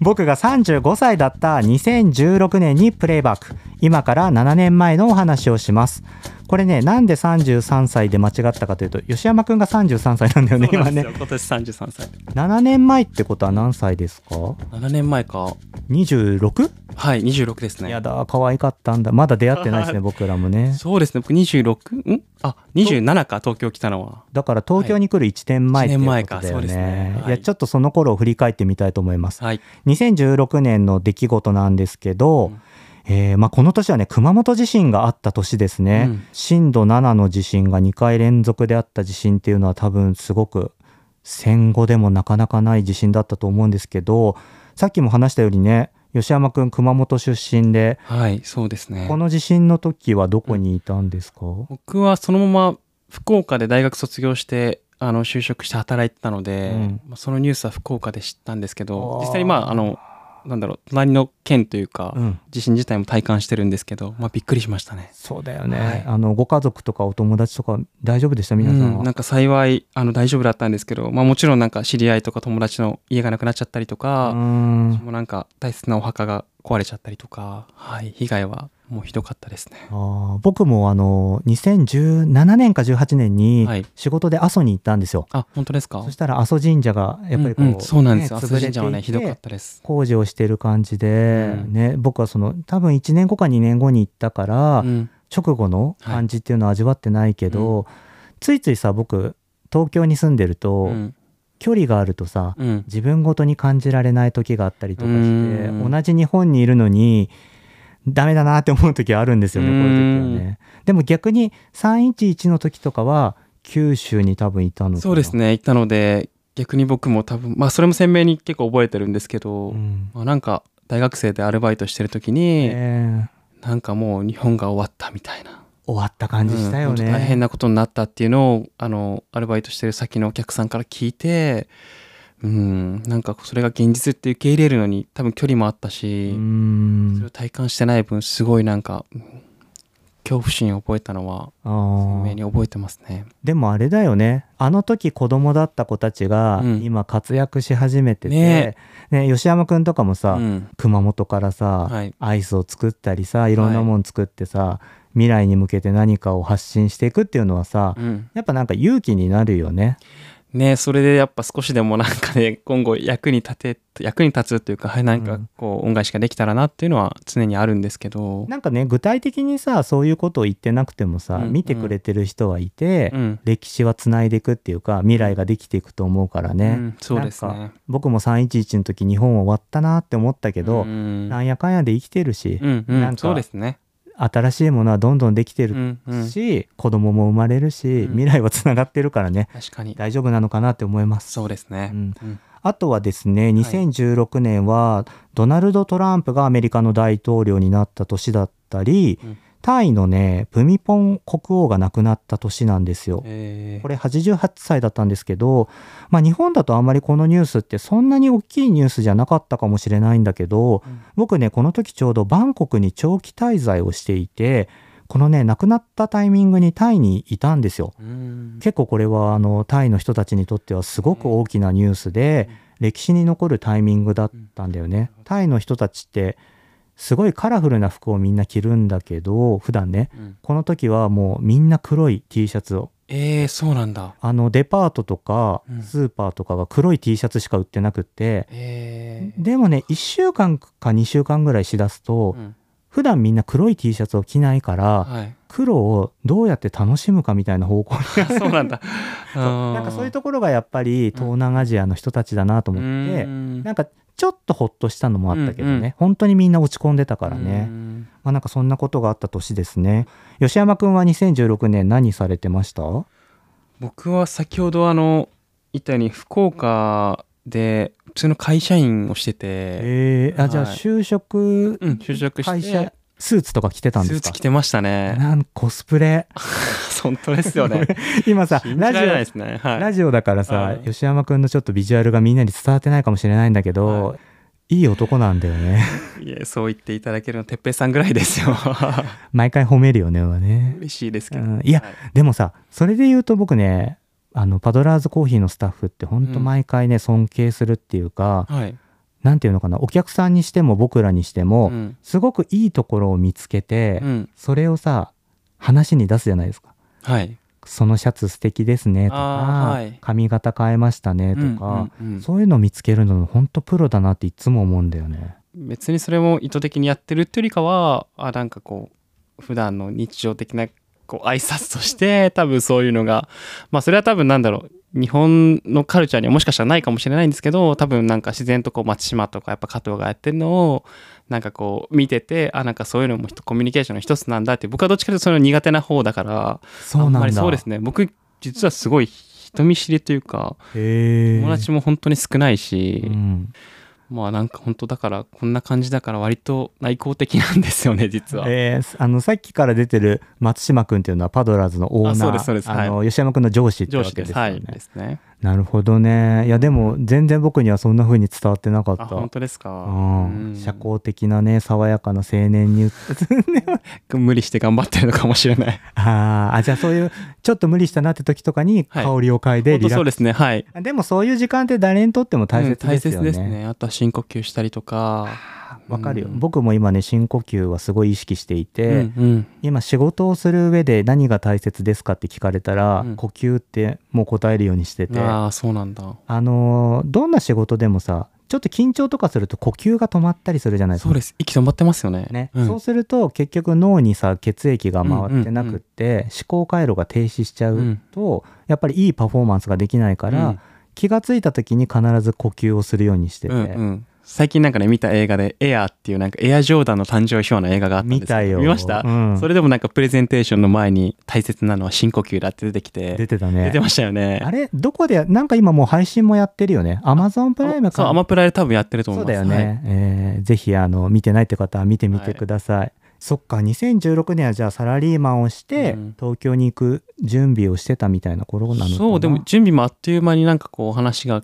僕が35歳だった2016年にプレイバック今から7年前のお話をしますこれねなんで33歳で間違ったかというと吉山くんが33歳なんだ <laughs> よねそう今なんですねよ今年三十三歳。 7年前ってことは何歳ですか七年前か。 26、はい、二十六ですね。やだ可愛かったんだまだ出会ってない <laughs> ですね僕らもねそうですね。僕二十六？ん？あ、二十七か東京来たのは。だから東京に来る1年前っていうこと一年前かだそようですねねはいいやちょっとその頃を振り返ってみたいと思いますはい。 2016年の出来事なんですけど、えーまあ、この年はね熊本地震があった年ですね、うん震度7の地震が2回連続であった地震っていうのは多分すごく戦後でもなかなかない地震だったと思うんですけどさっきも話したようにね吉山くん熊本出身ではい、そうですねこ。の地震の時はどこにいたんですか、僕はそのまま福岡で大学卒業して。あの就職して働いてたので、うんまあそのニュースは福岡で知ったんですけあどー実際にまああのなんだろう隣の県というか、うん地震自体も体感してるんですけど、まあ、びっくりしましたね。そうだよね、はいあのご家族とかお友達とか大丈夫でした皆さんは、うんなんか幸いあの大丈夫だったんですけど、まあ、もちろんなんか知り合いとか友達の家がなくなっちゃったりとうか、んもうなんか大切なお墓が壊れちゃったりとか、はい、被害はもうひどかったですね。あー僕もあの2017年か18年にはい仕事で阿蘇に行ったんですよ、あ本当ですかそしたら阿蘇神社がやっぱりこう、うんうんそうなんですよね阿蘇神社は潰れねていてひどかったです。工事をしてる感じで、うんね、僕はその多分1年後か2年後に行ったから、うん直後の感じっていうのは味わってないけど、ついついさ僕東京に住んでると、うん距離があるとさ、うん自分ごとに感じられない時があったりとかうしてーん同じ日本にいるのにダメだなって思う時はあるんですよねこううーんいう時はねでも逆に311の時とかは九州に多分いたのかなそうですね、ね行ったので逆に僕も多分、まあ、それも鮮明に結構覚えてるんですけど、うんまあ、なんか大学生でアルバイトしてる時に、ねなんかもう日本が終わったみたいな。終わった感じしたようんね、本当大変なことになったっていうのをあのアルバイトしてる先のお客さんから聞いてうんなんかそれが現実って受け入れるのに多分距離もあったうし、それんを体感してない分すごいなんかうん恐怖心を覚えたのはあ鮮明ーに覚えてますね。でもあれだよねあの時子供だった子たちがうん今活躍し始めてて、ねね吉山くんとかもさ、うん熊本からさ、はいアイスを作ったりさいろんなもん作ってさ、未来に向けて何かを発信していくっていうのはさ、うんやっぱなんか勇気になるよね。ねそれでやっぱ少しでもなんかね <laughs> 今後役に立て役に立つというかはいなんかこう恩返しができたらなっていうのは常にあるんですけど、なんかね具体的にさそういうことを言ってなくてもさ、うん見てくれてる人はいて、うん歴史はつないでいくっていうか未来ができていくと思うからうね、ん、そうですなね。僕も311の時日本終わったなって思ったけど、うんなんやかんやで生きてるし、うんうん、なんかそうですね。新しいものはどんどんできてうるんうん、し、子供も生まれるし、うん未来はつながってるからね確かに。大丈夫なのかなって思います。そうですねう。んうんあとはですね2016年はドナルド・トランプがアメリカの大統領になった年だったり、うんタイのねプミポン国王が亡くなった年なんですよ。えーこれ88歳だったんですけど、まあ、日本だとあんまりこのニュースってそんなに大きいニュースじゃなかったかもしれないんだけどうん僕ねこの時ちょうどバンコクに長期滞在をしていてこのね亡くなったタイミングにタイにいたんですよ。うん結構これはあのタイの人たちにとってはすごく大きなニュースで、歴史に残るタイミングだったんだよね。タイの人たちってすごいカラフルな服をみんな着るんだけど普段ねうんこの時はもうみんな黒い T シャツをえー、そうなんだ。あのデパートとかうんスーパーとかが黒い T シャツしか売ってなくって、えーでもね1週間か2週間ぐらいしだすと、うん普段みんな黒い T シャツを着ないからはい。 <laughs> 黒をどうやって楽しむかみたいな方向にそうなんだ。ななんかそういうところがやっぱり東南アジアの人たちだなと思って、なんかちょっとほっとしたのもあったけどね、うんうん本当にみんな落ち込んでたからね、ね。まあ、なんかそんなことがあった年ですね吉山くんは2016年何されてました僕は先ほどあの言ったように福岡で普通の会社員をしてて、えーあじゃあはい就職、うん、就職して会社スーツとか着てたんスでーすかツ着てました <laughs> ね。なんコスプ <laughs> レ本当で <laughs> すよね。今さ信じらラれジないでオすね。はい。ラジオだからさうん吉山くんのちょっとビジュアルがみんなに伝わってないかもしれないんだけど、、はいい男なんだよねいえ、そう言っていただけるの、てっぺいさんぐらいです <laughs> よ。毎回褒めるよねはね、嬉しいですけうど。ん、いやはいでもさそれで言うと僕ねあのパドラーズコーヒーのスタッフってほんと毎回ね、尊敬するっていうかはい。なんていうのかなお客さんにしても僕らにしても、うんすごくいいところを見つけて、うんそれをさ話に出すじゃないですか。はい。そのシャツ素敵ですねとか、あーはい髪型変えましたねとか、うんうんうんそういうの見つけるの本当プロだなっていつも思うんだよね。別にそれも意図的にやってるっていうよりかはあなんかこう普段の日常的なこう挨拶として多分そういうのがまあそれは多分なんだろう日本のカルチャーにはもしかしたらないかもしれないんですけど多分なんか自然とこう松島とかやっぱ加藤がやってるのをなんかこう見ててあなんかそういうのもコミュニケーションの一つなんだって僕はどっちかというとその苦手な方だからそうなんだ。あんまりそうですね僕実はすごい人見知りというかへー友達も本当に少ないし、うんまあなんか本当だからこんな感じだから割と内向的なんですよね実は。えーあのさっきから出てる松島君っていうのはパドラーズのオーナーあそうですそうですあの吉山君の上司って上わ司けでですす。よはね、い。ですね。なるほどねいやでも全然僕にはそんな風に伝わってなかったあ、本当ですか。うんうん社交的なね爽やかな青年に無理して頑張ってるのかもしれない。あーあじゃあそういうちょっと無理したなって時とかには香いりを嗅いで本リラ当そッうクですね。はい。ス、でもそういう時間って誰にとっても大うん切ですよね。大切ですね。あとは深呼吸したりとか。わかるよ、うん僕も今ね深呼吸はすごい意識していて、うんうん今仕事をする上で何が大切ですかって聞かれたら、うん呼吸ってもう答えるようにしててあああそうなんだ。のーどんな仕事でもさちょっと緊張とかすると呼吸が止まったりするじゃないですそうか。です。息止まってますよね。ねうんそうすると結局脳にさ血液が回ってなくって、思考回路が停止しちゃうと、やっぱりいいパフォーマンスができないから、うん気がついた時に必ず呼吸をするようにしてて、うんうん最近なんかね見た映画で「エアーっていうなんかエアジョーダンの誕生秘話の映画があったんですけど見たよ見ました、うんそれでもなんかプレゼンテーションの前に大切なのは深呼吸だって出てきて出てたね出てましたよねあれどこでなんか今もう配信もやってるよねアマゾンプライムそうかアマプラで多分やってると思そいうまだすよね、はいえーぜひあの見てないって方は見てみてください、そっか2016年はじゃあサラリーマンをして、うん東京に行く準備をしてたみたいな頃なのかなそうでも準備もあっという間になんかこう話が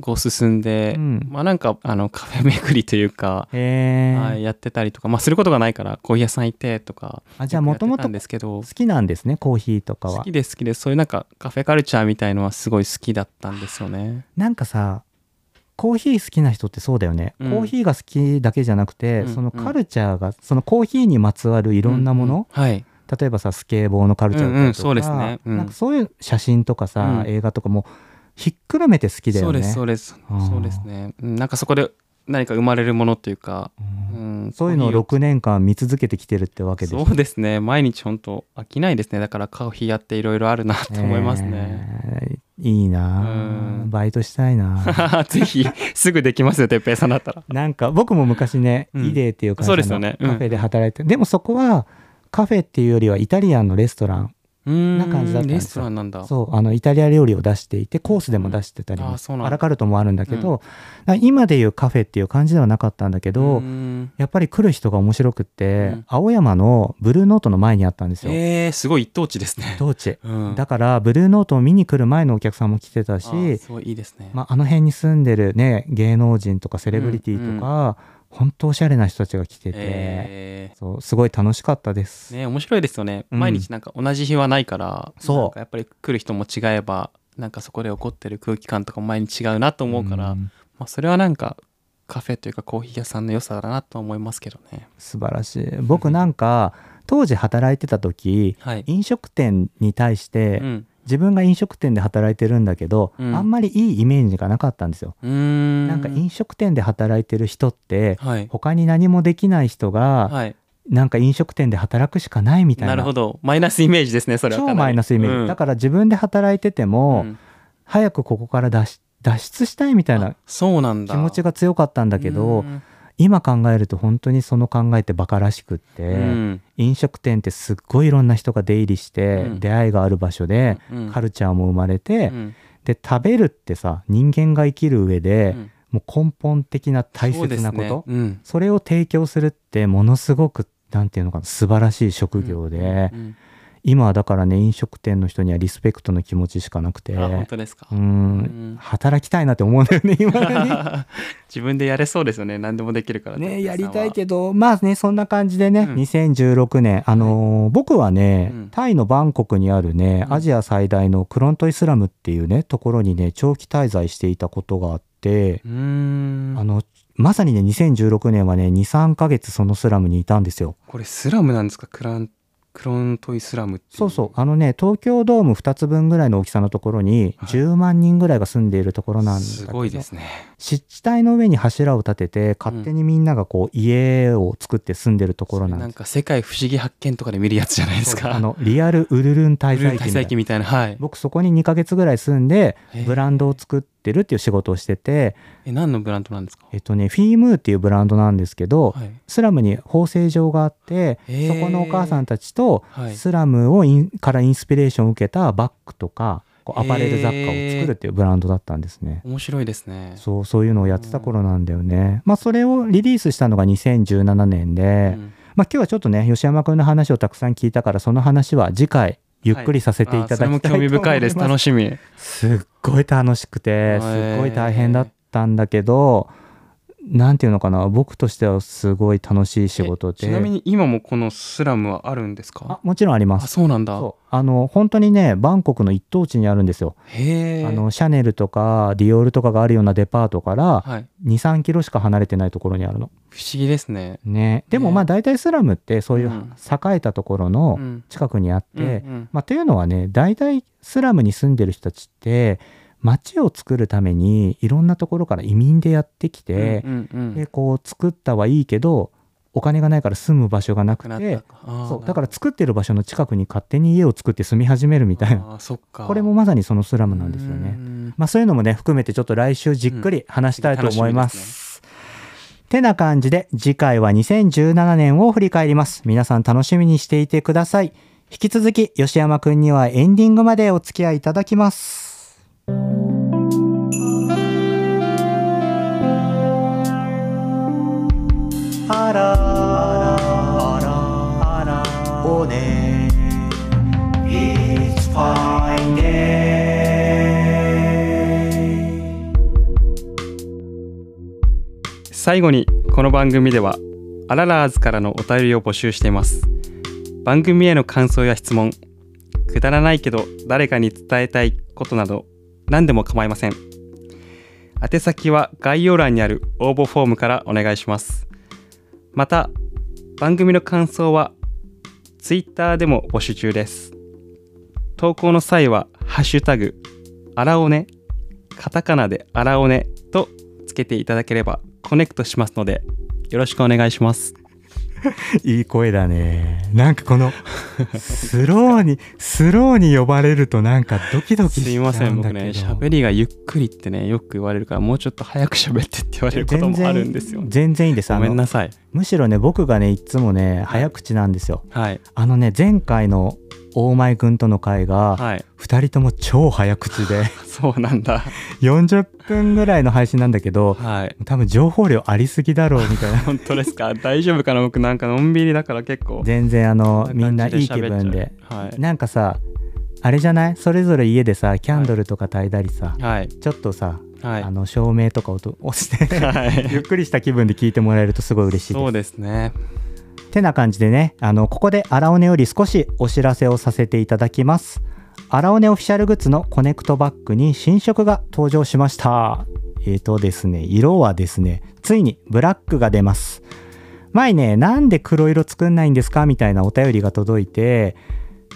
こう進んで、うんまあなんかあのカフェ巡りというか、へえ、はい、やってたりとか、まあ、することがないからコーヒー屋さん行ってとかあじゃあもともやってたとんですけど好きなんですねコーヒーとか好はきです好きですそういうなんかカフェカルチャーみたいのはすごい好きだったんですよねなんかさコーヒー好きな人ってそうだよね、うんコーヒーが好きだけじゃなくて、うんそのカルチャーがそのコーヒーにまつわるいろんなもの、うんはい例えばさスケボーのカルチャーだうんうったりんとか、そうですねうんなんかそういう写真とかさ、うん映画とかもひっくるめて好きだそようねですそうですうんそうですねうんなんかそこで何か生まれるものというか、うんうんそういうのを6年間見続けてきてるってわけですそうですね毎日本当飽きないですねだからコーヒーやっていろいろあるなと思いますね、えーいいなあうんバイトしたいな <laughs> あぜひすぐできますよてっぺいさんだったらなんか僕も昔ね、うんイデーっていう会そうで社すよのねカうんフェで働いて、でもそこはカフェっていうよりはイタリアンのレストランなな感じだったんですよレストランなんだそうあのイタリア料理を出していてコースでも出してたりうんあもーそうなんだアラカルトもあるんだけど、だから今でいうカフェっていう感じではなかったんだけど、んやっぱり来る人が面白くって、うん青山のブルーノートの前にあったんですよ、えー、すごい一等地ですね当地うんだからブルーノートを見に来る前のお客さんも来てたしあーすごいいいですね、まあ、あの辺に住んでるね芸能人とかセレブリティとか、本当おしゃれな人たちが来てて、えそうすごい楽しかったです、ーね面白いですよね、うん毎日なんか同じ日はないからそうなんかやっぱり来る人も違えばなんかそこで起こってる空気感とかも毎日違うなと思うから、んまあ、それはなんかカフェというかコーヒー屋さんの良さだなと思いますけどね素晴らしい僕なんか当時働いてた時はい、飲食店に対して、うん自分が飲食店で働いてるんだけど、うんあんまりいいイメージがなかったんですよ、うーんなんか飲食店で働いてる人ってはい他に何もできない人がはいなんか飲食店で働くしかないみたいななるほどマイナスイメージですねそれはかな超りマイナスイメージ、うんだから自分で働いてても、うん早くここから脱し脱出したいみたいなあそうなんだ気持ちが強かったんだけうどん今考えると本当にその考えってバカらしくって、うん飲食店ってすっごいいろんな人が出入りして、うん出会いがある場所で、うんカルチャーも生まれて、うんで食べるってさ人間が生きる上で、もう根本的な大切なことそうですねうんそれを提供するってものすごくなんていうのかな素晴らしい職業で、うん今はだからね飲食店の人にはリスペクトの気持ちしかなくてあ本当ですかうーんうん働きたいなって思うんだよ <laughs> ね今自分でやれそうですよね何でもできるからねやりたいどけどまあねそんな感じでね、うん2016年あのー僕はね、うんタイのバンコクにあるねうんアジア最大のクロントイスラムっていうねところにね長期滞在していたことがあってう、ーんあのまさにね2016年はね23ヶ月そのスラムにいたんですよ。これスラムなんですかクランクロントイスラムっていうそうそうあのね東京ドーム2つ分ぐらいの大きさのところにはい10万人ぐらいが住んでいるところなんだけど、すごいですね湿地帯の上に柱を立てて勝手にみんながこう家を作って住んでるところなんなでんす、か世界不思議発見とかで見るやつじゃないですかあのリアルウルルン滞ブルー在期みたい滞在な期みたいなはい僕そこに2ヶ月ぐらい住んでへえブランドを作ってるっていう仕事をしててえ何のブランドなんですかえっとねフィームーっていうブランドなんですけど、はいスラムに縫製場があって、へえそこのお母さんたちとはいスラムをインからインスピレーションを受けたバッグとかこうアパレル雑貨を作るっていうブランドだったんですね。面白いですねそうそういうのをやってた頃なんだよね。まあそれをリリースしたのが2017年で、んまあ今日はちょっとね吉山君の話をたくさん聞いたからその話は次回ゆっくりさせていただきたいと思います。あそれも興味深いです楽しみすっごい楽しくてすっごい大変だったんだけど、なんていうのかな僕としてはすごい楽しい仕事でえちなみに今もこのスラムはあるんですあかもちろんありまあすそうなんだそうあの本当にねバンコクの一等地にあるんですよ、へえあのシャネルとかディオールとかがあるようなデパートからはい23キロしか離れてないところにあるの不思議ですねねでもまあ大体スラムってそういううん栄えたところのうん近くにあって、うんうんまあ、というのはね大体スラムに住んでる人たちって町を作るためにいろんなところから移民でやってきてう、んうんうんでこう作ったはいいけどお金がないから住む場所がなくなくなてったあーそうだから作ってる場所の近くに勝手に家を作って住み始めるみたいなあーそっかこれもまさにそのスラムなんですよね。ねまあ、そういうのもね含めてちょっと来週じっくり話したいと思います。楽しみでてな感じで次回は2017年を振り返ります。皆さん楽しみにしていてください。引き続き吉山くんにはエンディングまでお付き合いいただきます。あらあらあらおね It's fine day 最後にこの番組ではアララーズからのお便りを募集しています番組への感想や質問くだらないけど誰かに伝えたいことなど何でも構いません宛先は概要欄にある応募フォームからお願いしますまた番組の感想は Twitter でも募集中です投稿の際は「ハッシュタグアラオネ」カタカナで「アラオネ」とつけていただければコネクトしますのでよろしくお願いしますいい声だね。なんかこの、スローに、スローに呼ばれるとなんかドキドキすしちいゃうんまだけどせん僕ね喋りがゆっくりってねよく言われるからもうちょっと早く喋ってって言われることもあるんですよ全然全然いいです。ごあめんの、なさいむしろね、僕がね、いつもね、早口なんですよ。はいあのね、前回の大前くんとの会が、はい二人とも超早口 <laughs> で、そうなんだ40分ぐらいの配信なんだけど、はい多分情報量ありすぎだろうみたい <laughs> な。本当です <laughs> か大丈夫かな僕なんかのんびりだから結構全然あの、みんないい気感じ喋っちゃう分で。はなんかさ、あれじゃないそれぞれ家でさ、キャンドルとか焚いたりさ、いはいちょっとさ、はいあの照明とかをと押 <laughs> して、 <laughs> ゆっはくりした気分で聞いてもらえるとすごい嬉しいいでそうですねす。てな感じでね、あのここでアラオネより少しお知らせをさせていただきます。アラオネオフィシャルグッズのコネクトバッグに新色が登場しました。えーとですね、色はですね、ついにブラックが出ます。前ね、なんで黒色作んないんですかみたいなお便りが届いて、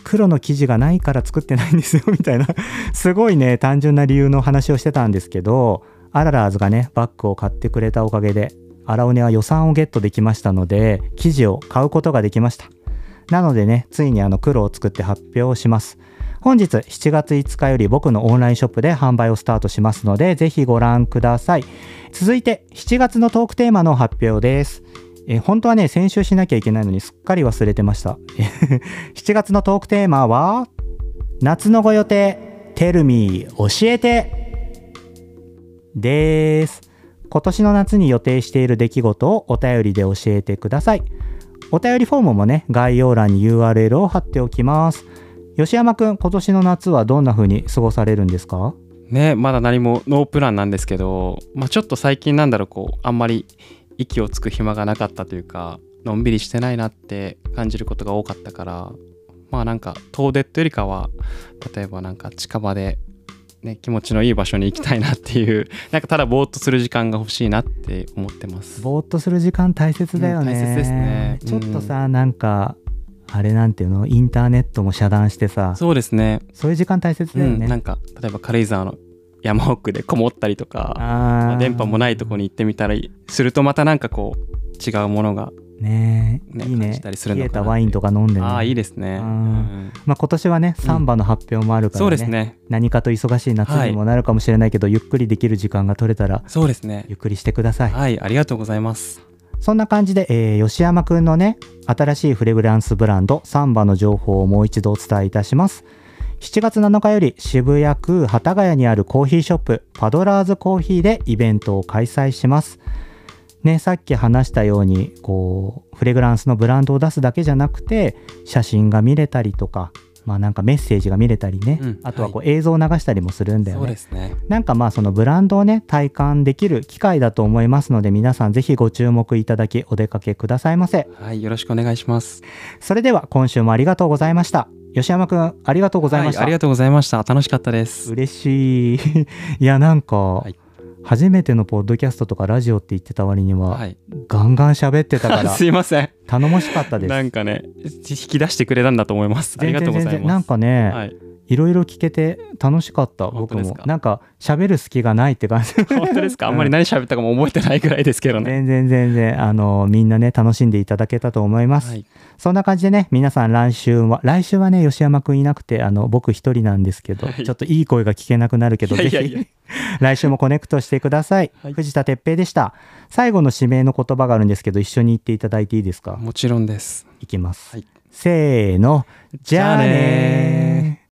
黒の生地がないから作ってないんですよ <laughs> みたいな、すごいね、単純な理由の話をしてたんですけど、アララーズがね、バッグを買ってくれたおかげで、アラオネは予算をゲットできましたので、生地を買うことができました。なのでね、ついにあの黒を作って発表します。本日7月5日より僕のオンラインショップで販売をスタートしますので、ぜひご覧ください。続いて7月のトークテーマの発表です。えー本当はね、先週しなきゃいけないのにすっかり忘れてました。7月のトークテーマは、夏のご予定、テルミー教えてです。今年の夏に予定している出来事をお便りで教えてください。お便りフォームもね、概要欄に URL を貼っておきます。吉山くん、今年の夏はどんな風に過ごされるんですかねまだ何もノープランなんですけど、まあ、ちょっと最近なんだろうこうあんまり息をつく暇がなかったというかのんびりしてないなって感じることが多かったからまあなんか遠出というよりかは例えばなんか近場で、ね、気持ちのいい場所に行きたいなっていう <laughs> なんかただぼーっとする時間が欲しいなって思ってます。ぼーっとする時間大切だよね。うん大切ですねちょっとさ、なんか、あれなんていうのインターネットも遮断してさそうですねそういう時間大切うだよんね、なんか例えば軽井沢の山奥でこもったりとかまああー電波もないとこに行ってみたりするとまたなんかこう違うものがねえねいい感ねじたりする冷のかなえたワインとか飲んでねああいいですね、うんうんまあ、今年はねサンバの発表もあるから、ねそうですね何かと忙しい夏にもなるかもしれないけど、ゆっくりできる時間が取れたらそうですねゆっくりしてください、はいありがとうございますそんな感じで、えー吉山くんのね新しいフレグランスブランドサンバの情報をもう一度お伝えいたします7月7日より渋谷区幡ヶ谷にあるコーヒーショップパドラーズコーヒーでイベントを開催しますね、さっき話したようにこうフレグランスのブランドを出すだけじゃなくて写真が見れたりとか、まあ、なんかメッセージが見れたりね、うんあとはこう映像を流したりもするんだよそうねで。すねなんかまあそのブランドをね体感できる機会だと思いますので皆さんぜひご注目いただきお出かけくださいませはいよろしくお願いしますそれでは今週もありがとうございました吉山くんありがとうございました、はいありがとうございました楽しかったです嬉し <laughs> いいやなんか、い初めてのポッドキャストとかラジオって言ってた割には、はいガンガン喋ってたから <laughs> すいません頼もしかったですなんかねち引き出してくれたんだと思いますあり全がと然うござ全い然なまんすかね、はいいろいろ聞けて楽しかった本僕当ですもかなんか喋る隙がないって感じ本当 <laughs> ですかあんまり何喋ったかも覚えてないぐらいですけどね。全然全然あのみんなね楽しんでいただけたと思います、はい、そんな感じでね皆さん来週は来週はね吉山くんいなくてあの僕一人なんですけど、はいちょっといい声が聞けなくなるけどいやいやぜいやひ来週もコネクトしてください、はい藤田哲平でした最後の指名の言葉があるんですけど一緒に言っていただいていいですかもちろんです。いきます、はいせーのじゃあねじゃあーね